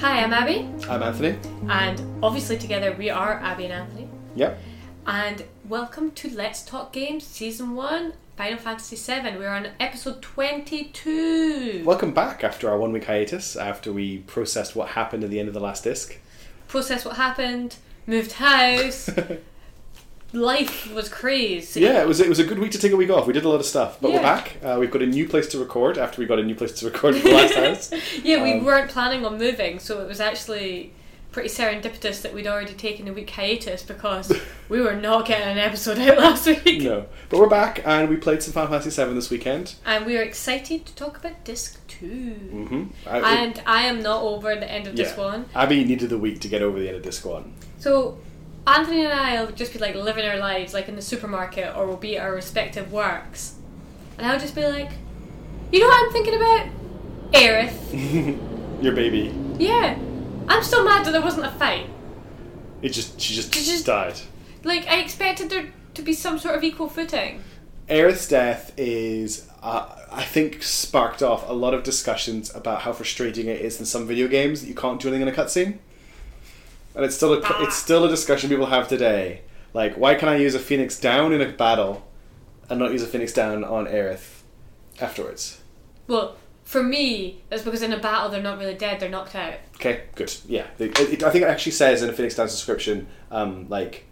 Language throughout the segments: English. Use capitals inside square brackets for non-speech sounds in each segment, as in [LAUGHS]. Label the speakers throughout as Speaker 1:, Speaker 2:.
Speaker 1: Hi, I'm Abby,
Speaker 2: I'm Anthony.
Speaker 1: and obviously together we are Abby and Anthony.
Speaker 2: Yep.
Speaker 1: And welcome to Let's Talk Games Season 1, Final Fantasy 7. We're on episode 22.
Speaker 2: Welcome back after our one week hiatus, after we processed what happened at the end of the
Speaker 1: [LAUGHS]
Speaker 2: last disc.
Speaker 1: Process what happened, moved
Speaker 2: [LAUGHS]
Speaker 1: house, life was crazy.
Speaker 2: yeah, it was it was a good week to take a week off. We did a lot of stuff, but
Speaker 1: Yeah.
Speaker 2: we're back. Uh, we've got a new place to record after we got a new place to record at the last house.
Speaker 1: [LAUGHS] Yeah, we
Speaker 2: Um,
Speaker 1: weren't planning on moving, so it was actually pretty serendipitous that we'd already taken a week hiatus
Speaker 2: [LAUGHS]
Speaker 1: because we were not getting an episode out last week.
Speaker 2: No, but we're back and we played some Final Fantasy VII this weekend.
Speaker 1: And we are excited to talk about disc 2.
Speaker 2: Mm-hmm. I,
Speaker 1: And I am not over the end of this
Speaker 2: Yeah.
Speaker 1: one.
Speaker 2: Abby needed the week to get over the end of disc one. [LAUGHS]
Speaker 1: So Anthony and I'll just be like living our lives like in the supermarket or we'll be at our respective works. And I'll just be like, you know what I'm thinking about? Aerith.
Speaker 2: Your baby,
Speaker 1: Yeah. I'm still mad that there wasn't a fight.
Speaker 2: it just she just,
Speaker 1: She just-
Speaker 2: died.
Speaker 1: Like I expected there to be some sort of equal footing.
Speaker 2: Aerith's death is, uh, I think, sparked off a lot of discussions about how frustrating it is in some video games that you can't do anything in a cutscene. And it's still a
Speaker 1: Ah.
Speaker 2: it's still a discussion people have today. Like, why can I use a phoenix down in a battle, and not use a phoenix down on Aerith afterwards?
Speaker 1: Well, for me, that's because in a battle they're not really dead, they're knocked out.
Speaker 2: Okay, good. Yeah, The- it, it- I think it actually says in a Phoenix Down subscription, um, like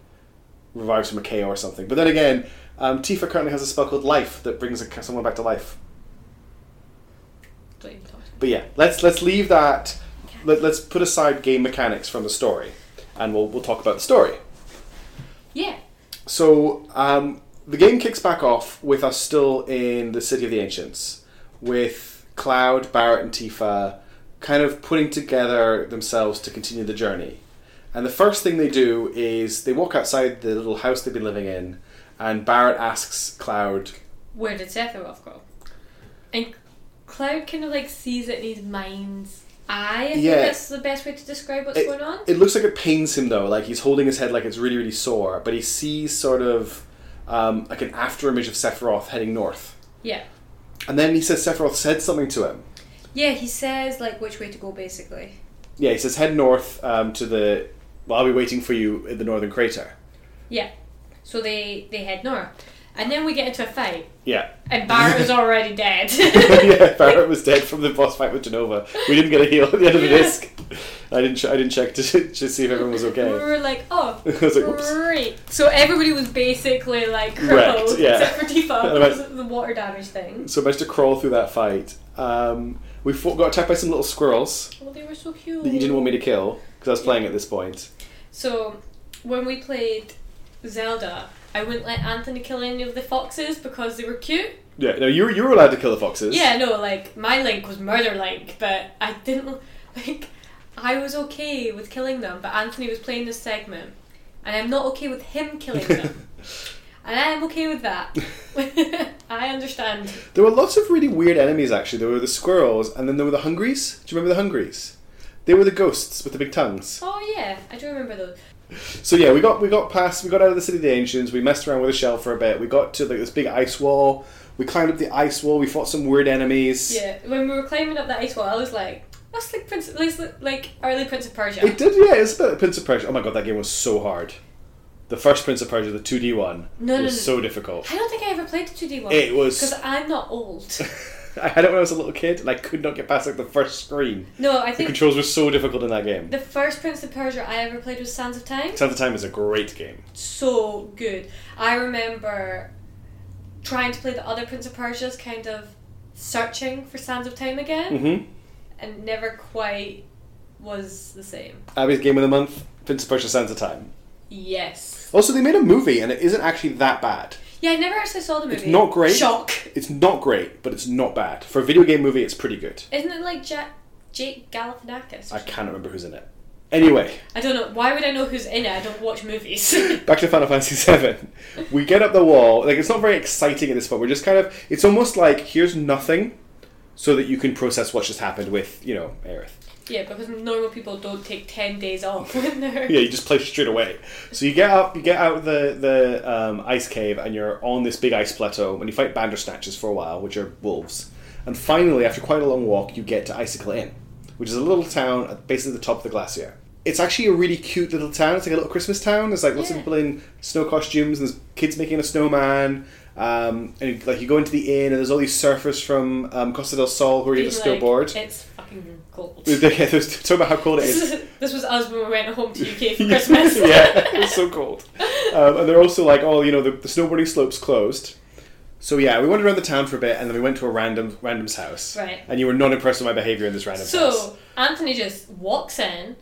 Speaker 2: revives from a KO or something. But then again, um, Tifa currently has a spell called Life that brings a, someone back to life.
Speaker 1: Don't even talk to me.
Speaker 2: But yeah, let's let's leave that. Let, let's put aside game mechanics from the story, and we'll we'll talk about the story.
Speaker 1: Yeah.
Speaker 2: So um, the game kicks back off with us still in the city of the ancients, with Cloud, Barrett, and Tifa kind of putting together themselves to continue the journey. And the first thing they do is they walk outside the little house they've been living in, and Barrett asks Cloud,
Speaker 1: Where did Sephiroth go? And Cloud kind of like sees it in his mind's eye. I think
Speaker 2: Yeah.
Speaker 1: that's the best way to describe what's
Speaker 2: It-
Speaker 1: going on.
Speaker 2: It looks like it pains him though. Like he's holding his head like it's really, really sore. But he sees sort of um, like an after image of Sephiroth heading north.
Speaker 1: yeah.
Speaker 2: And then he says Sephiroth said something to him.
Speaker 1: Yeah, he says like which way to go basically.
Speaker 2: Yeah, he says head north um, to the. Well, I'll be waiting for you at the northern crater.
Speaker 1: Yeah. So they they head north. And then we get into a fight.
Speaker 2: Yeah. [LAUGHS]
Speaker 1: And Barrett is already dead.
Speaker 2: yeah, Barrett was dead from the boss fight with Genova. We didn't get a heal at the end of the
Speaker 1: Yeah.
Speaker 2: disc. I didn't. Ch- I didn't check to, [LAUGHS] to see if everyone was
Speaker 1: We
Speaker 2: okay.
Speaker 1: were like,
Speaker 2: [LAUGHS]
Speaker 1: oh,
Speaker 2: I was like, whoops.
Speaker 1: great. So everybody was basically like
Speaker 2: Wrecked,
Speaker 1: crippled,
Speaker 2: yeah.
Speaker 1: except for Tifa
Speaker 2: [LAUGHS] And
Speaker 1: because of the water damage thing.
Speaker 2: So managed to crawl through that fight. Um, we fought, got attacked by some little squirrels
Speaker 1: Well, they were so cute.
Speaker 2: that you didn't want me to kill because I was playing at this point.
Speaker 1: So when we played Zelda, I wouldn't let Anthony kill any of the foxes because they were cute.
Speaker 2: Yeah, no, you were, you were allowed to kill the foxes.
Speaker 1: Yeah, no, like my Link was murder Link, but I didn't [LAUGHS] like. I was okay with killing them, but Anthony was playing this segment, and I'm not okay with him killing them,
Speaker 2: [LAUGHS]
Speaker 1: and I'm okay with that. [LAUGHS] I understand.
Speaker 2: there were lots of really weird enemies, actually. There were the squirrels, and then there were the hungries. Do you remember the hungries? They were the ghosts with the big tongues.
Speaker 1: Oh yeah, I do remember those.
Speaker 2: So yeah, we got we got past, we got out of the city of the ancients. We messed around with a shell for a bit. We got to like this big ice wall. We climbed up the ice wall. We fought some weird enemies.
Speaker 1: Yeah, when we were climbing up that ice wall, I was like, "That's like Prince, that's like- like early Prince of Persia."
Speaker 2: It did, yeah. It's about Prince of Persia. Oh my god, that game was so hard. The first Prince of Persia, the two D one,
Speaker 1: No,
Speaker 2: was
Speaker 1: no, no.
Speaker 2: so difficult.
Speaker 1: I don't think I ever played the 2D one.
Speaker 2: It was-
Speaker 1: Because I'm not old.
Speaker 2: [LAUGHS] I had it when I was a little kid, and I could not get past like the first screen.
Speaker 1: No, I
Speaker 2: The
Speaker 1: think
Speaker 2: controls were so difficult in that game.
Speaker 1: the first Prince of Persia I ever played was Sands of Time.
Speaker 2: Sands of Time is a great game.
Speaker 1: So good. I remember trying to play the other Prince of Persia's, kind of searching for Sands of Time again,
Speaker 2: Mm-hmm.
Speaker 1: and never quite was the same.
Speaker 2: Abby's game of the month: Prince of Persia: Sands of Time.
Speaker 1: Yes.
Speaker 2: Also, they made a movie, and it isn't actually that bad.
Speaker 1: Yeah, I never actually saw the movie.
Speaker 2: It's not great.
Speaker 1: Shock.
Speaker 2: It's not great, but it's not bad for a video game movie. It's pretty good.
Speaker 1: Isn't it like Jack, Jake Galifianakis?
Speaker 2: I can't remember who's in it. Anyway,
Speaker 1: I don't know. Why would I know who's in it? I don't watch movies. [LAUGHS]
Speaker 2: back to Final Fantasy [LAUGHS] VII. We get up the wall. Like it's not very exciting at this point. We're just kind of. It's almost like here's nothing, so that you can process what just happened with you know Aerith.
Speaker 1: yeah, because normal people don't take 10 days off when they're.
Speaker 2: Yeah, you just play straight away. So you get up, you get out of the the um, ice cave, and you're on this big ice plateau, and you fight bandersnatches for a while, which are wolves. And finally, after quite a long walk, you get to Icicle Inn, which is a little town at basically the top of the glacier. It's actually a really cute little town. It's like a little Christmas town. There's like lots of
Speaker 1: Yeah.
Speaker 2: people in snow costumes, and there's kids making a snowman. Um, and like you go into the inn, and there's all these surfers from um, Costa del Sol who are
Speaker 1: Being
Speaker 2: going to
Speaker 1: like,
Speaker 2: snowboard.
Speaker 1: It's fucking gold. [LAUGHS]
Speaker 2: [LAUGHS] They're talking about how cold it is.
Speaker 1: this was us when we went home to UK
Speaker 2: [LAUGHS]
Speaker 1: for Christmas.
Speaker 2: yeah, it was so [LAUGHS] cold. Um, and they're also like, oh, you know, the, the snowboarding slope's closed. So yeah, we wandered around the town for a bit, and then we went to a random random's house.
Speaker 1: Right.
Speaker 2: And you were not impressed with my behavior in this random's house.
Speaker 1: [LAUGHS]
Speaker 2: [LAUGHS]
Speaker 1: So Anthony just walks in,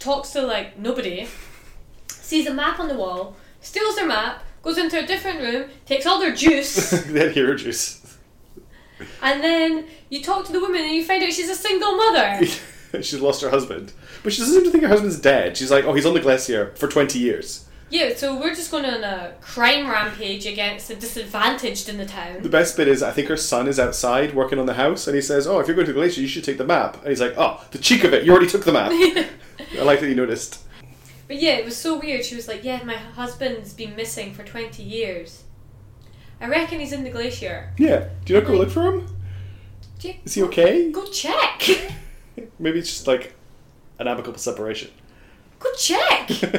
Speaker 1: talks to like nobody, sees a map on the wall, steals their map, goes into a different room, takes all their
Speaker 2: [LAUGHS]
Speaker 1: juice,
Speaker 2: they had hero juice. [LAUGHS]
Speaker 1: and then you talk to the woman and you find out she's a single mother.
Speaker 2: She's lost her husband, but she doesn't seem to think her husband's dead. She's like, oh, he's on the glacier for twenty years.
Speaker 1: Yeah, so we're just going on a crime rampage against the disadvantaged in the
Speaker 2: The
Speaker 1: town.
Speaker 2: best bit is, I think her son is outside working on the house, and he says, oh, if you're going to the glacier, you should take the map. And he's like, oh, the cheek of it, you already took
Speaker 1: [LAUGHS]
Speaker 2: the map. I like that you noticed.
Speaker 1: But yeah, it was so weird. She was like, Yeah, my husband's been missing for 20 years. I reckon he's in the glacier.
Speaker 2: Yeah. Do you not go look for him?
Speaker 1: Do you-
Speaker 2: Is he okay?
Speaker 1: Go check! [LAUGHS]
Speaker 2: Maybe it's just like an amicable separation. [LAUGHS]
Speaker 1: Go check!
Speaker 2: you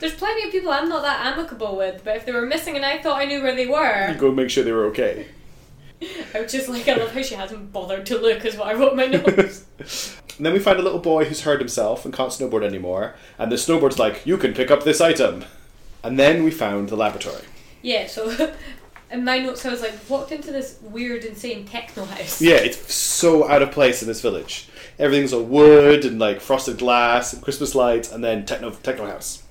Speaker 1: There's plenty of people I'm not that amicable with, but if they were missing and I thought I knew where they were,
Speaker 2: go make sure they were okay. [LAUGHS]
Speaker 1: I was just like, I love how she hasn't bothered to look, is what I wrote in my notes.
Speaker 2: And then we find a little boy who's hurt himself and can't snowboard anymore. And the snowboard's like, you can pick up this item. And then we found the laboratory.
Speaker 1: yeah, so [LAUGHS] in my notes I was like, walked into this weird, insane techno house.
Speaker 2: Yeah, it's so out of place in this village. Everything's all wood and like frosted glass and Christmas lights and then techno techno house.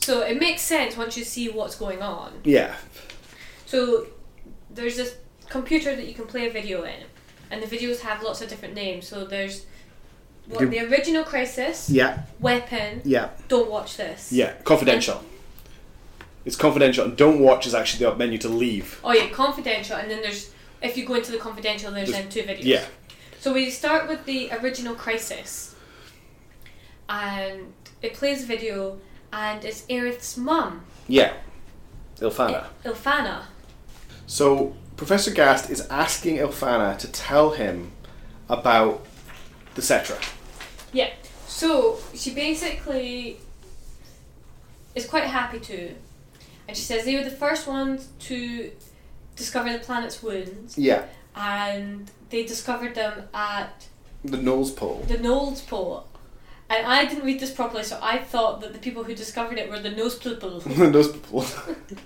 Speaker 1: So it makes sense once you see what's going on.
Speaker 2: Yeah.
Speaker 1: So there's this computer that you can play a video in, and the videos have lots of different names. So there's what,
Speaker 2: Do-
Speaker 1: the original Crisis,
Speaker 2: Yeah.
Speaker 1: Weapon,
Speaker 2: Yeah.
Speaker 1: Don't Watch This.
Speaker 2: Yeah. Confidential. It's confidential and don't watch is actually the menu to leave.
Speaker 1: Oh yeah, Confidential, and then there's if you go into the Confidential, there's
Speaker 2: Just-
Speaker 1: then two videos.
Speaker 2: Yeah.
Speaker 1: So we start with the original Crisis, and it plays a video, and it's Aerith's mum,
Speaker 2: Yeah. Ilfana.
Speaker 1: Ilfana.
Speaker 2: So Professor Gast is asking Ilfana to tell him about the Cetra.
Speaker 1: Yeah. So she basically is quite happy to, and she says they were the first ones to discover the planet's wounds,
Speaker 2: Yeah.
Speaker 1: and they discovered them at
Speaker 2: The Knowles Pole. [LAUGHS]
Speaker 1: the Knowles Pole. And I didn't read this properly, so I thought that the people who discovered it were the Nose people. [LAUGHS]
Speaker 2: the Knowles Pole.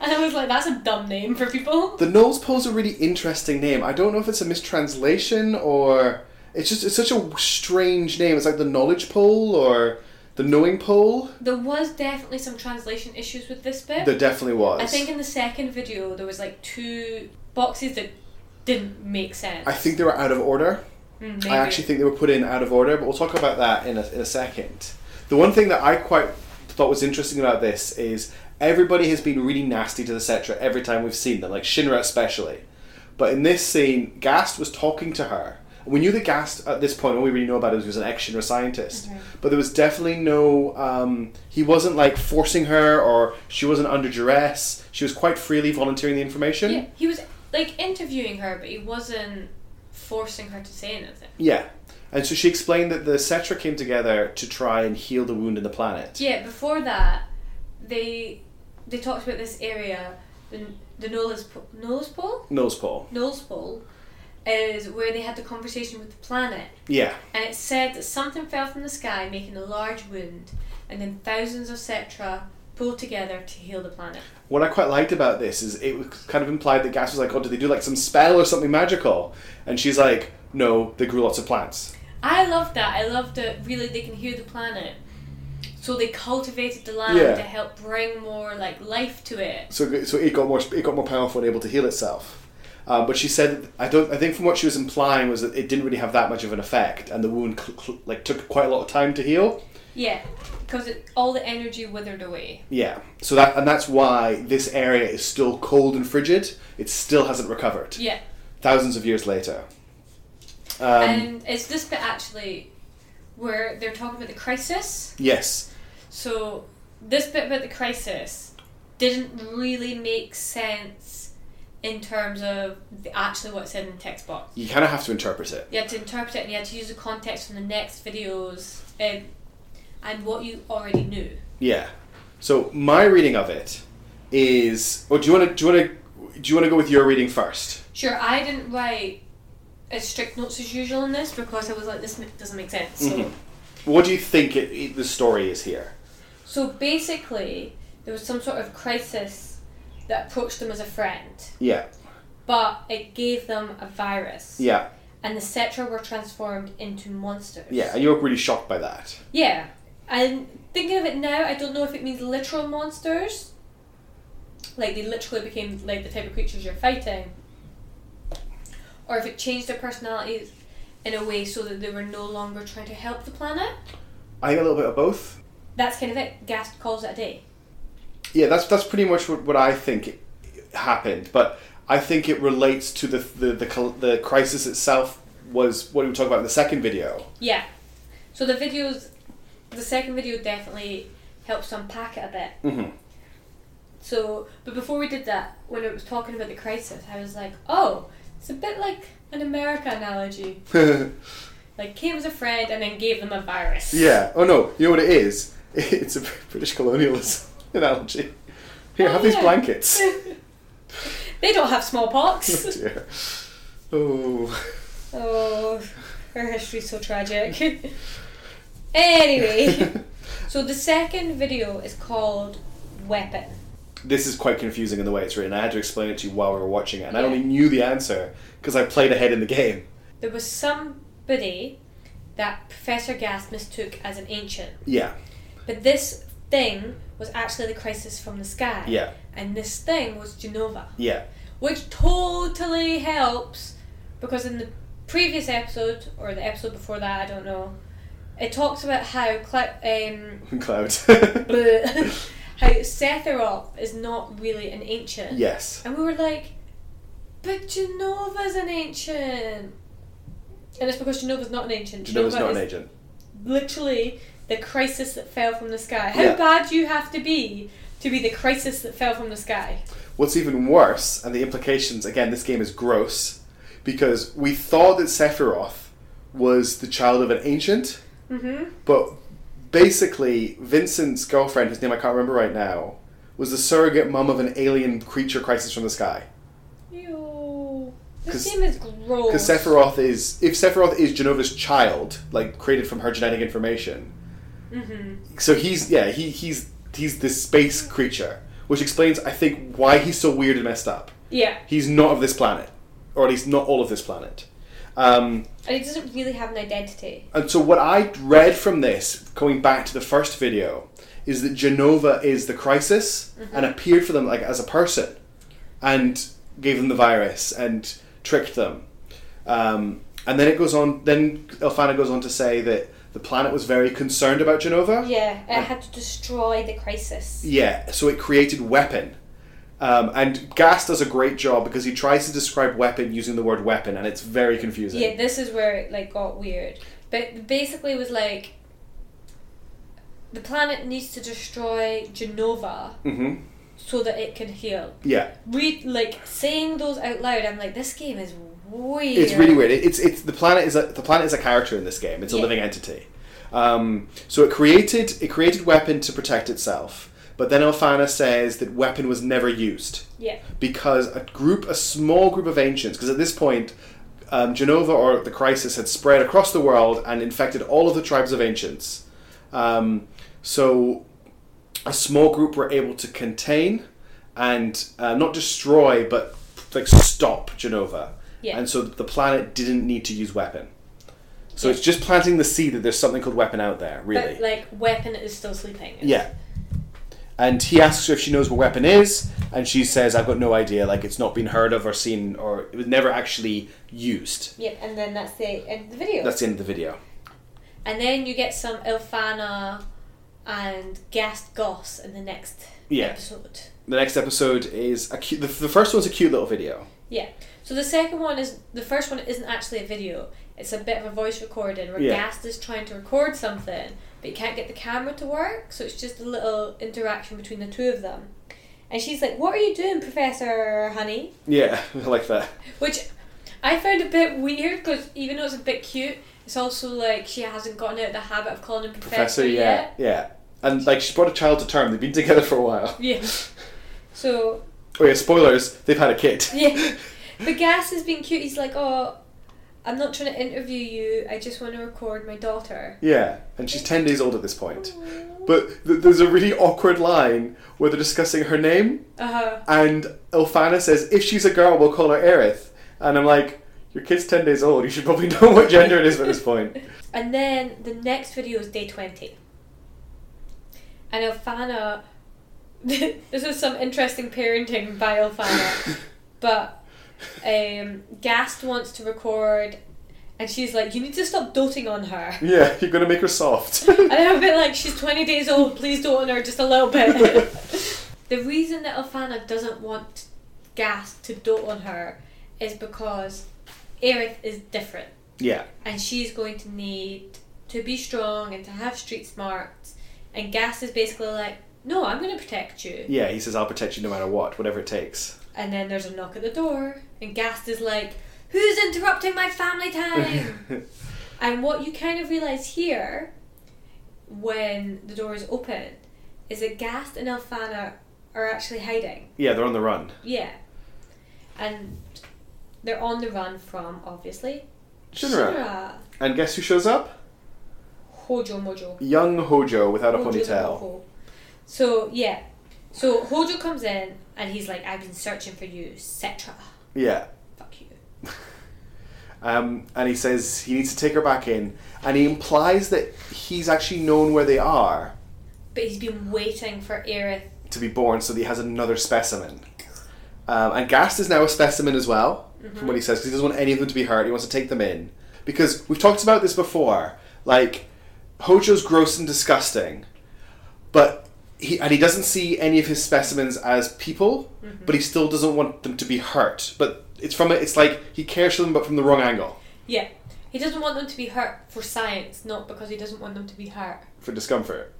Speaker 1: And I was like, that's a dumb name for people.
Speaker 2: the Knowles Pole's a really interesting name. I don't know if it's a mistranslation or it's just it's such a strange name. It's like the Knowledge Pole or the Knowing Pole.
Speaker 1: There was definitely some translation issues with this bit.
Speaker 2: There definitely was.
Speaker 1: I think in the second video there was like two boxes that didn't make sense.
Speaker 2: I think they were out of order.
Speaker 1: Mm, maybe.
Speaker 2: I actually think they were put in out of order, but we'll talk about that in a, in a second. The one thing that I quite thought was interesting about this is everybody has been really nasty to the Cetra every time we've seen them, like Shinra especially. But in this scene, Gast was talking to her. We knew that Gast at this point, all we really know about him is he was an ex Shinra scientist. But there was definitely no, um, he wasn't like forcing her or she wasn't under duress. She was quite freely volunteering the information.
Speaker 1: Yeah, he was like interviewing her, but he wasn't forcing her to say anything.
Speaker 2: Yeah. And so she explained that the Cetra came together to try and heal the wound in the planet.
Speaker 1: Yeah, before that, they they talked about this area, the the Knowles Po- Knowles Pole,
Speaker 2: Nose pole.
Speaker 1: Knowles Pole, is where they had the conversation with the planet,
Speaker 2: Yeah.
Speaker 1: and it said that something fell from the sky, making a large wound, and then thousands of Cetra pulled together to heal the planet.
Speaker 2: What I quite liked about this is it was kind of implied that Gas was like, oh, did they do like some spell or something magical? And she's like, no, they grew lots of plants.
Speaker 1: I loved that. I loved that. Really, they can hear the planet. So they cultivated the land
Speaker 2: Yeah.
Speaker 1: to help bring more like life to it.
Speaker 2: So, so it got more it got more powerful and able to heal itself. Um, but she said, I don't. I think from what she was implying was that it didn't really have that much of an effect, and the wound cl- cl- like took quite a lot of time to heal.
Speaker 1: Yeah, because it, all the energy withered away.
Speaker 2: Yeah. So that and that's why this area is still cold and frigid. It still hasn't recovered.
Speaker 1: Yeah,
Speaker 2: Thousands of years later. Um,
Speaker 1: and it's this bit actually where they're talking about the crisis.
Speaker 2: yes.
Speaker 1: So this bit about the crisis didn't really make sense in terms of the, actually what's in the text box.
Speaker 2: You kind of have to interpret it.
Speaker 1: You had to interpret it and you had to use the context from the next videos um, and what you already knew.
Speaker 2: Yeah. So my reading of it is. Oh, do you want to? Do you want to? Do you want to go with your reading first?
Speaker 1: Sure, I didn't write as strict notes as usual in this because I was like, this ma- doesn't make sense. So,
Speaker 2: Mhm. What do you think it, it- the story is here?
Speaker 1: so basically, there was some sort of crisis that approached them as a friend,
Speaker 2: Yeah.
Speaker 1: but it gave them a virus.
Speaker 2: Yeah.
Speaker 1: And the Cetra were transformed into monsters.
Speaker 2: Yeah. And you're really shocked by that.
Speaker 1: Yeah. And thinking of it now, I don't know if it means literal monsters. Like they literally became like the type of creatures you're fighting. Or if it changed their personalities in a way so that they were no longer trying to help the planet.
Speaker 2: I think a little bit of both.
Speaker 1: That's kind of it. Gast calls it a day.
Speaker 2: Yeah, that's that's pretty much what, what I think happened. But I think it relates to the the the, col- the crisis itself was what we talked about in the second video.
Speaker 1: Yeah. So the videos the second video definitely helps unpack it a bit.
Speaker 2: Mm-hmm.
Speaker 1: So, but before we did that, when it was talking about the crisis, I was like, oh, it's a bit like an America analogy.
Speaker 2: Mm-hmm. [LAUGHS]
Speaker 1: like came as a friend and then gave them a virus.
Speaker 2: yeah. Oh no, you know what it is? [LAUGHS] It's a British colonialism [LAUGHS] analogy. Here,
Speaker 1: Oh,
Speaker 2: have these
Speaker 1: yeah. [LAUGHS]
Speaker 2: blankets.
Speaker 1: [LAUGHS] they don't have
Speaker 2: oh [LAUGHS]
Speaker 1: smallpox.
Speaker 2: dear. Oh.
Speaker 1: oh, her history's so tragic. [LAUGHS]
Speaker 2: [LAUGHS] Oh.
Speaker 1: anyway, so the second video is called Weapon.
Speaker 2: this is quite confusing in the way it's written. I had to explain it to you while we were watching it, and I
Speaker 1: Yeah.
Speaker 2: only knew the answer because I played ahead in the game.
Speaker 1: There was somebody that Professor Gas mistook as an ancient,
Speaker 2: Yeah.
Speaker 1: but this thing was actually the crisis from the sky.
Speaker 2: Yeah.
Speaker 1: And this thing was Genova.
Speaker 2: Yeah. [LAUGHS]
Speaker 1: which totally helps because in the previous episode or the episode before that, I don't know, it talks about how Cla- um, [LAUGHS]
Speaker 2: Cloud.
Speaker 1: bleh, how Sephiroth is not really an ancient,
Speaker 2: [LAUGHS] yes.
Speaker 1: and we were like, but Genova's an ancient, and it's because Genova's not an ancient.
Speaker 2: Genova's not
Speaker 1: is
Speaker 2: an agent.
Speaker 1: literally the crisis that fell from the sky. How
Speaker 2: Yeah.
Speaker 1: bad you have to be to be the crisis that fell from the sky?
Speaker 2: What's even worse, and the implications again, this game is gross because we thought that Sephiroth was the child of an ancient,
Speaker 1: hmm
Speaker 2: but basically, Vincent's girlfriend, whose name I can't remember right now, was the surrogate mum of an alien creature crisis from the sky.
Speaker 1: Ew.
Speaker 2: 'Cause-
Speaker 1: This game is gross.
Speaker 2: Because Sephiroth is, if Sephiroth is Genova's child, like created from her genetic information,
Speaker 1: hmm
Speaker 2: so he's yeah he he's he's this space creature, which explains I think why he's so weird and messed up.
Speaker 1: Yeah,
Speaker 2: He's not of this planet, or at least not all of this planet. Um,
Speaker 1: and it doesn't really have an identity.
Speaker 2: and so, what I read from this, going back to the first video, is that Genova is the crisis and appeared for them like as a person, and gave them the virus and tricked them. Um, and then it goes on. Then Elfana goes on to say that the planet was very concerned about Genova.
Speaker 1: Yeah, it had to destroy the crisis.
Speaker 2: Yeah, so it created weapon. Um, and Gas does a great job because he tries to describe weapon using the word weapon, and it's very confusing.
Speaker 1: Yeah, this is where it like got weird. But basically, it was like the planet needs to destroy Genova
Speaker 2: hmm
Speaker 1: so that it can heal.
Speaker 2: Yeah,
Speaker 1: Read like saying those out loud. I'm like, this game is weird.
Speaker 2: it's really weird. It- It's it's the planet is a the planet is a character in this game. It's a
Speaker 1: Yeah.
Speaker 2: living entity. Um, so it created it created weapon to protect itself, but then Elfana says that weapon was never used.
Speaker 1: Yeah,
Speaker 2: because a group, a small group of ancients, because at this point, um, Genova or the crisis had spread across the world and infected all of the tribes of ancients. Um, so, a small group were able to contain and uh, not destroy, but like stop Genova.
Speaker 1: Yeah.
Speaker 2: And so the planet didn't need to use weapon. So
Speaker 1: Yeah.
Speaker 2: it's just planting the seed that there's something called weapon out there, really.
Speaker 1: but like weapon is still sleeping.
Speaker 2: Yeah. And he asks her if she knows what weapon is, and she says, I've got no idea. Like, it's not been heard of or seen, or it was never actually used.
Speaker 1: Yep, and then that's the end of the video.
Speaker 2: That's the end of the video.
Speaker 1: And then you get some Ilfana and Gast Goss in the next
Speaker 2: Yeah.
Speaker 1: episode.
Speaker 2: The next episode is a cute, the, the first one's a cute little video.
Speaker 1: Yeah. So the second one is the first one isn't actually a video. It's a bit of a voice recording where
Speaker 2: Yeah.
Speaker 1: Gast is trying to record something, but he can't get the camera to work, so it's just a little interaction between the two of them. and she's like, "What are you doing, Professor Honey?"
Speaker 2: Yeah, [LAUGHS] I like that.
Speaker 1: Which I found a bit weird because even though it's a bit cute, it's also like she hasn't gotten out of the habit of calling him professor,
Speaker 2: Professor, yeah,
Speaker 1: yet.
Speaker 2: yeah. And like she brought a child to term. They've been together for a while.
Speaker 1: [LAUGHS] Yeah. So
Speaker 2: Oh yeah, spoilers. They've had a kid.
Speaker 1: [LAUGHS] yeah, but Gas has been cute. He's like, "Oh, I'm not trying to interview you. I just want to record my daughter."
Speaker 2: Yeah, and she's ten days old at this point. But th- there's a really awkward line where they're discussing her name,
Speaker 1: Uh huh.
Speaker 2: and Ilfana says, "If she's a girl, we'll call her Aerith." And I'm like, "Your kid's ten days old. You should probably [LAUGHS] know what gender it is at this point." [LAUGHS]
Speaker 1: And then the next video is day 20. And Alfana. [LAUGHS] this is some interesting parenting by Alfana. but um, Gast wants to record, and she's like, You need to stop doting on her.
Speaker 2: Yeah, you're gonna make her soft. [LAUGHS]
Speaker 1: And I'm a bit like, She's 20 days old, please dote on her just a little bit.
Speaker 2: [LAUGHS]
Speaker 1: the reason that Alfana doesn't want Gast to dote on her is because Aerith is different
Speaker 2: yeah,
Speaker 1: and she's going to need to be strong and to have street smarts. And Gas is basically like, no, I'm going to protect you.
Speaker 2: yeah. He says, "I'll protect you no matter what, whatever it takes." [LAUGHS]
Speaker 1: And then there's a knock at the door, and Gast is like, who's interrupting my family
Speaker 2: [LAUGHS]
Speaker 1: time? and what you kind of realise here when the door is open is that Gast and Alfana are actually hiding.
Speaker 2: yeah, they're on the run.
Speaker 1: Yeah. And they're on the run from, obviously,
Speaker 2: Shinra. And guess who shows up?
Speaker 1: Shinra. Hojo Mojo.
Speaker 2: Young Hojo without a
Speaker 1: Hojo's
Speaker 2: ponytail.
Speaker 1: awful. So yeah, so Hojo comes in and he's like, "I've been searching for you, Cetra.
Speaker 2: Yeah.
Speaker 1: Fuck you."
Speaker 2: Um, and he says he needs to take her back in, and he implies that he's actually known where they are
Speaker 1: But he's been waiting for Aerith.
Speaker 2: to be born, so that he has another specimen. Um, and Gast is now a specimen as well, from what he says, because he doesn't want any of them to be hurt. He wants to take them in because we've talked about this before. Like Hojo's gross and disgusting, but he and he doesn't see any of his specimens as people, but he still doesn't want them to be hurt. But it's from a, it's like he cares for them, but from the wrong angle
Speaker 1: Yeah, he doesn't want them to be hurt for science, not because he doesn't want them to be hurt.
Speaker 2: for discomfort.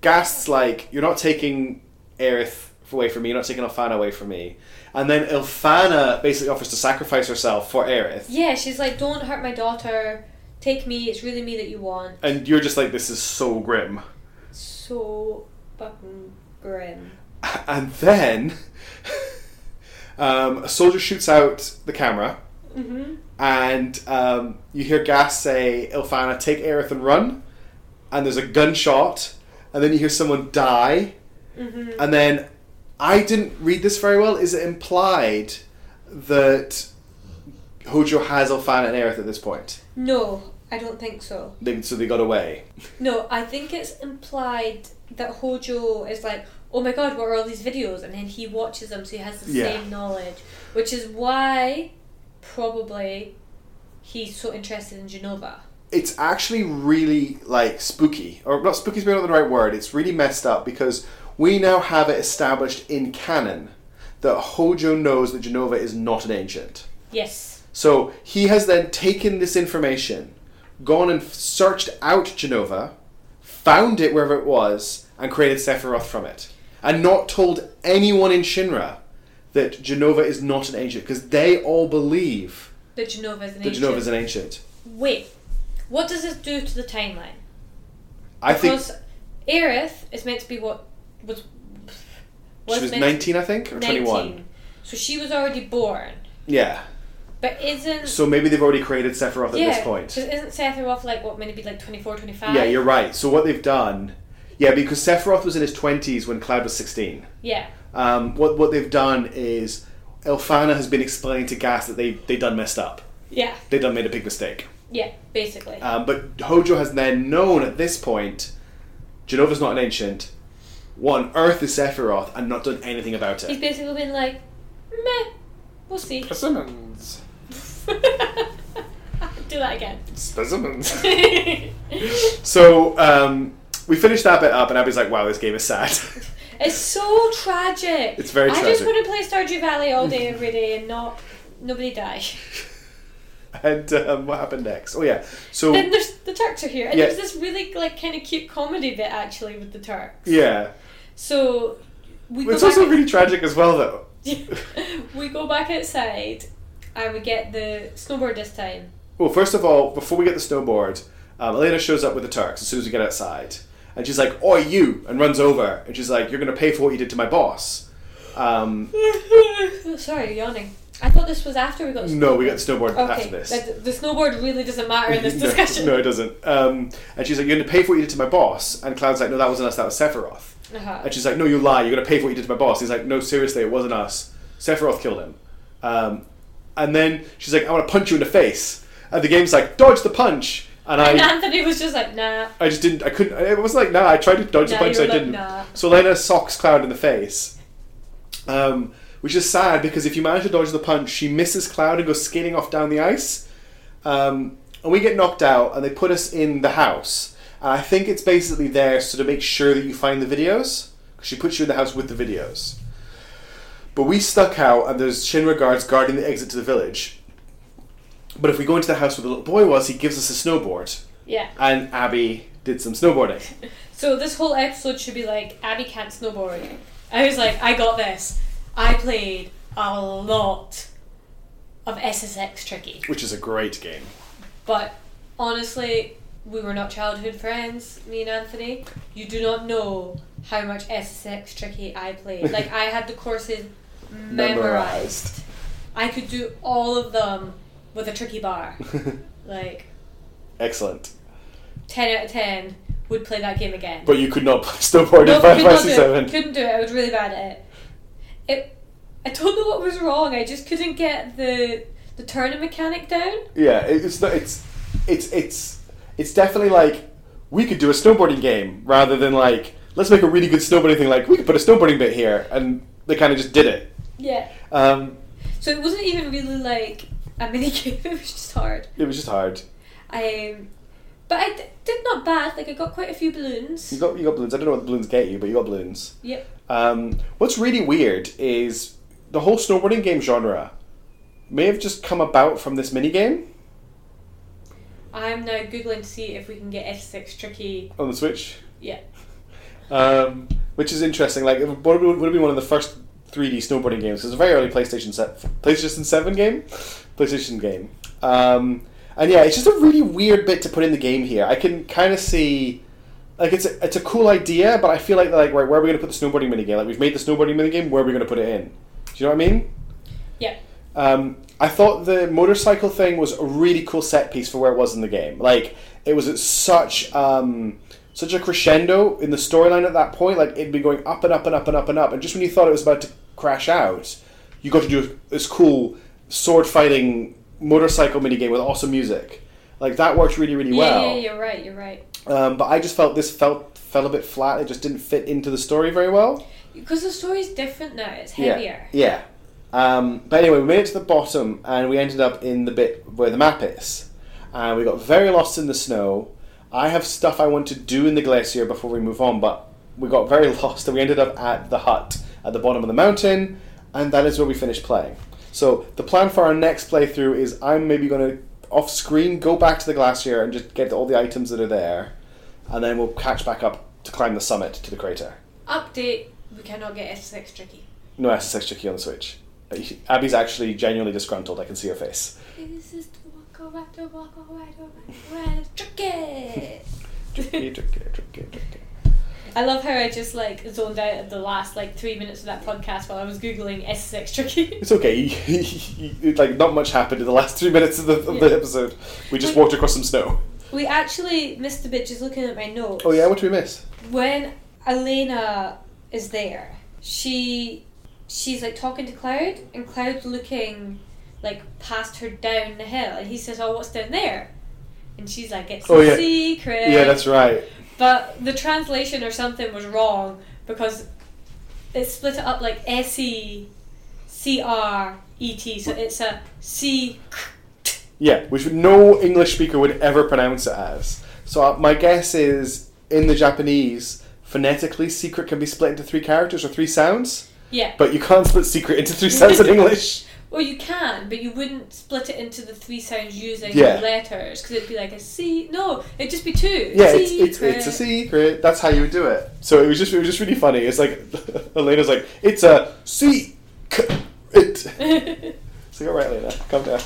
Speaker 2: Gast's like, you're not taking Aerith away from me, you're not taking Ilfana away from me. And then Ilfana basically offers to sacrifice herself for Aerith.
Speaker 1: Yeah, she's like, "Don't hurt my daughter. Take me. It's really me that you want."
Speaker 2: And you're just like, this is so grim. [LAUGHS]
Speaker 1: So fucking grim.
Speaker 2: And then [LAUGHS] um, a soldier shoots out the camera,
Speaker 1: hmm
Speaker 2: and um, you hear Gast say, Ilfana, take Aerith and run. And there's a gunshot, and then you hear someone die.
Speaker 1: hmm
Speaker 2: And then I didn't read this very well. Is it implied that Hojo has Alfana and Aerith at this point?
Speaker 1: No, I don't think so.
Speaker 2: They, so they got away.
Speaker 1: No, I think it's implied that Hojo is like, oh my god, what are all these videos? And then he watches them, so he has the
Speaker 2: Yeah.
Speaker 1: same knowledge, which is why probably he's so interested in Genova.
Speaker 2: It's actually really like spooky, or not spooky's maybe not the right word. It's really messed up because we now have it established in canon that Hojo knows that Genova is not an ancient.
Speaker 1: Yes.
Speaker 2: So he has then taken this information, gone and searched out Genova, found it wherever it was, and created Sephiroth from it. And not told anyone in Shinra that Genova is not an ancient, because they all believe
Speaker 1: That Genova is an
Speaker 2: that
Speaker 1: ancient.
Speaker 2: Genova is an ancient.
Speaker 1: Wait, what does this do to the timeline?
Speaker 2: I think
Speaker 1: Because Aerith is meant to be what was.
Speaker 2: she was
Speaker 1: meant
Speaker 2: 19, I think,
Speaker 1: to
Speaker 2: or
Speaker 1: be
Speaker 2: 21.
Speaker 1: So she was already born.
Speaker 2: Yeah.
Speaker 1: But isn't.
Speaker 2: So maybe they've already created Sephiroth at
Speaker 1: yeah,
Speaker 2: this point.
Speaker 1: 'cause Isn't Sephiroth like what, meant to be like 24, 25?
Speaker 2: Yeah, you're right. So what they've done. Yeah, because Sephiroth was in his 20s when Cloud was 16.
Speaker 1: Yeah.
Speaker 2: um, what what they've done is Elfana has been explaining to Gas that they they done messed up.
Speaker 1: Yeah,
Speaker 2: They done made a big mistake.
Speaker 1: yeah, basically.
Speaker 2: Um, but Hojo has then known at this point, Genova's not an ancient. What on earth is Sephiroth, and not done anything about
Speaker 1: He's
Speaker 2: it?
Speaker 1: basically been like, meh, we'll see.
Speaker 2: [LAUGHS] Specimens.
Speaker 1: [LAUGHS] Do that again. [LAUGHS]
Speaker 2: Specimens. [LAUGHS] so um, we finished that bit up, and Abby's like, "Wow, this game is sad." [LAUGHS]
Speaker 1: it's so tragic.
Speaker 2: It's very
Speaker 1: I just
Speaker 2: tragic.
Speaker 1: want to play Stardew Valley all day, every day, and not nobody die.
Speaker 2: and um, what happened next? Oh yeah. So
Speaker 1: Then there's the Turks are here, and [LAUGHS]
Speaker 2: Yeah.
Speaker 1: there's this really like kind of cute comedy bit actually with the Turks.
Speaker 2: yeah,
Speaker 1: So we
Speaker 2: It's
Speaker 1: go
Speaker 2: also
Speaker 1: back,
Speaker 2: really tragic as well, though.
Speaker 1: [LAUGHS] we go back outside, and we get the snowboard this time.
Speaker 2: Well, first of all, before we get the snowboard, um, Elena shows up with the Turks as soon as we get outside. And she's like, Oi, you! And runs over. And she's like, You're going to pay for what you did to my boss. Um,
Speaker 1: [LAUGHS] Sorry, yawning. I thought this was after we got.
Speaker 2: no, we get the snowboard
Speaker 1: Okay,
Speaker 2: after this.
Speaker 1: that- the snowboard really doesn't matter in this
Speaker 2: [LAUGHS] No,
Speaker 1: discussion.
Speaker 2: No, it doesn't. Um, and she's like, You're going to pay for what you did to my boss. And Cloud's like, No, that wasn't us, that was Sephiroth.
Speaker 1: Uh-huh.
Speaker 2: And she's like, No, you lie. You're going to pay for what you did to my boss. He's like, No, seriously, it wasn't us. Sephiroth killed him. Um, and then she's like, I want to punch you in the face. And the game's like, Dodge the punch.
Speaker 1: [LAUGHS]
Speaker 2: And
Speaker 1: And
Speaker 2: I,
Speaker 1: Anthony was just like, nah.
Speaker 2: I just didn't. I couldn't. It wasn't like, Nah, I tried to dodge
Speaker 1: Nah,
Speaker 2: the punch,
Speaker 1: you
Speaker 2: I
Speaker 1: were like,
Speaker 2: didn't.
Speaker 1: nah.
Speaker 2: So Lena socks Cloud in the face. Um, which is sad because if you manage to dodge the punch, she misses Cloud and goes skating off down the ice. Um, and we get knocked out, and they put us in the house. And I think it's basically there so to make sure that you find the videos. Because she puts you in the house with the videos. But we stuck out, and there's Shinra guards guarding the exit to the village. But if we go into the house where the little boy was, he gives us a snowboard.
Speaker 1: Yeah.
Speaker 2: And Abby did some snowboarding.
Speaker 1: So this whole episode should be like, Abby can't snowboard. I was like, I got this. I played a lot of SSX Tricky.
Speaker 2: which is a great game. [LAUGHS]
Speaker 1: But honestly, we were not childhood friends, me and Anthony. You do not know how much SSX Tricky I played. Like, I had the courses memorized. I could do all of them with a tricky bar. Like,
Speaker 2: Excellent.
Speaker 1: 10 out of 10 would play that game again.
Speaker 2: But you could not [LAUGHS] play snowboard in
Speaker 1: No,
Speaker 2: 5
Speaker 1: could not
Speaker 2: versus
Speaker 1: do it.
Speaker 2: 7.
Speaker 1: Couldn't do it. I was really bad at it. It. I don't know what was wrong. I just couldn't get the the turning mechanic down.
Speaker 2: Yeah, it- it's not, it's it's it's it's definitely like we could do a snowboarding game rather than like let's make a really good snowboarding thing like we could put a snowboarding bit here and they kind of just did it.
Speaker 1: Yeah.
Speaker 2: Um,
Speaker 1: So it wasn't even really like a mini [LAUGHS] game. It was just hard.
Speaker 2: it was just hard.
Speaker 1: Um, but I d- did not bad. Like I got quite a few
Speaker 2: You
Speaker 1: balloons.
Speaker 2: got you got balloons. I don't know what the balloons get you, but you got balloons.
Speaker 1: Yep.
Speaker 2: Um, what's really weird is the whole snowboarding game genre may have just come about from this mini game
Speaker 1: I'm now googling to see if we can get S6 tricky.
Speaker 2: on the Switch.
Speaker 1: Yeah.
Speaker 2: um, which is interesting. Like, it would would have been one of the first 3D snowboarding games. It's a very early PlayStation set, PlayStation Seven game, PlayStation game. Um, and yeah, it's just a really weird bit to put in the game here. I can kind of see, like, it's a, it's a cool idea, but I feel like like right, where are we going to put the snowboarding minigame? Like, we've made the snowboarding minigame. Where are we going to put it in? Do you know what I mean?
Speaker 1: Yeah.
Speaker 2: Um, I thought the motorcycle thing was a really cool set piece for where it was in the game. Like it was at such um, such a crescendo in the storyline at that point. Like it'd be going up and up and up and up and up, and just when you thought it was about to crash out, you got to do this cool sword fighting motorcycle minigame with awesome music. Like that worked really really well.
Speaker 1: Yeah, yeah, you're right. You're right.
Speaker 2: Um, but I just felt this felt fell a bit flat. It just didn't fit into the story very well.
Speaker 1: Because the story's different now. It's
Speaker 2: Yeah.
Speaker 1: heavier.
Speaker 2: Yeah. Um, but anyway, we made it to the bottom and we ended up in the bit where the map is. And we got very lost in the snow. I have stuff I want to do in the glacier before we move on, but we got very [LAUGHS] lost and we ended up at the hut at the bottom of the mountain, and that is where we finished playing. So the plan for our next playthrough is I'm maybe going to off screen go back to the glacier and just get all the items that are there, and then we'll catch back up to climb the summit to the crater.
Speaker 1: Update. We cannot get S6 tricky.
Speaker 2: No SSX tricky on the Switch. Uh, Abby's actually genuinely disgruntled. I can see her face.
Speaker 1: This is the walk away, the walk away, the walk away, trick it.
Speaker 2: Tricky, tricky, tricky, tricky.
Speaker 1: I love how I just like zoned out at the last like three minutes of that podcast while I was googling S6 tricky.
Speaker 2: It's okay. [LAUGHS] like not much happened in the last three minutes of the, of the
Speaker 1: Yeah.
Speaker 2: episode. We just walked across some snow.
Speaker 1: we actually missed a bit just looking at my notes.
Speaker 2: Oh yeah, what did we miss?
Speaker 1: When Elena is there, she she's like talking to Cloud and Cloud's looking like past her down the hill and he says, "Oh, what's down there?" And she's like, "It's
Speaker 2: Oh,
Speaker 1: a
Speaker 2: yeah.
Speaker 1: secret."
Speaker 2: Yeah, that's right.
Speaker 1: But the translation or something was wrong because it split it up like S E C R E T. So it's a C.
Speaker 2: Yeah, which no English speaker would ever pronounce it as. So uh, my guess is in the Japanese, phonetically, secret can be split into three characters or three sounds,
Speaker 1: Yeah.
Speaker 2: but you can't split secret into three sounds in English.
Speaker 1: Well, you can, but you wouldn't split it into the three sounds using
Speaker 2: Yeah.
Speaker 1: the letters because it'd be like a C. No, it'd just be two.
Speaker 2: Yeah, it's,
Speaker 1: secret.
Speaker 2: it's, it's a secret. That's how you would do it. So it was just it was just really funny. It's like [LAUGHS] Elena's like it's a secret. So you're right, Elena. Calm down.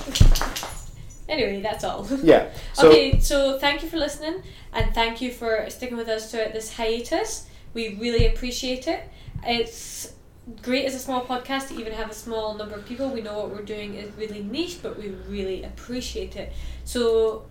Speaker 1: [LAUGHS] anyway, that's all.
Speaker 2: Yeah.
Speaker 1: [LAUGHS]
Speaker 2: So
Speaker 1: okay, so thank you for listening and thank you for sticking with us throughout this hiatus. We really appreciate it. It's great as a small podcast to even have a small number of people. We know what we're doing is really niche, but we really appreciate it. So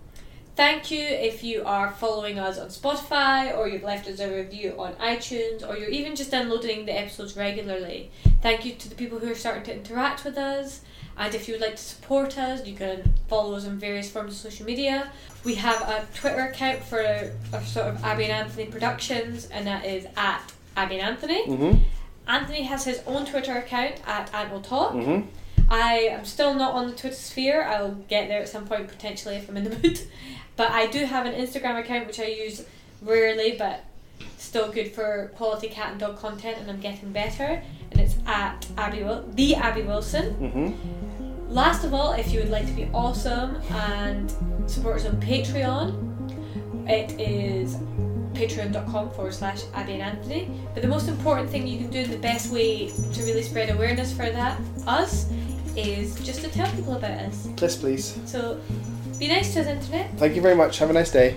Speaker 1: thank you if you are following us on Spotify or you've left us a review on iTunes or you're even just downloading the episodes regularly. Thank you to the people who are starting to interact with us. And if you would like to support us, you can follow us on various forms of social media. We have a Twitter account for our sort of Abby and Anthony Productions, and that is at Abby and Anthony.
Speaker 2: Mhm.
Speaker 1: Anthony has his own Twitter account at Ant Will Talk.
Speaker 2: Mhm.
Speaker 1: I am still not on the Twitter sphere. I'll get there at some point potentially if I'm in the mood. [LAUGHS] But I do have an Instagram account which I use rarely but still good for quality cat and dog content and I'm getting better. And it's at Abby Wil- the Abby Wilson.
Speaker 2: Mhm.
Speaker 1: Last of all, if you would like to be awesome and support us on Patreon, it is patreon.com forward slash Abby and Anthony. But the most important thing you can do and the best way to really spread awareness for that, us, is just to tell people about us.
Speaker 2: Yes, please.
Speaker 1: So be nice to us, internet.
Speaker 2: Thank you very much. Have a nice day.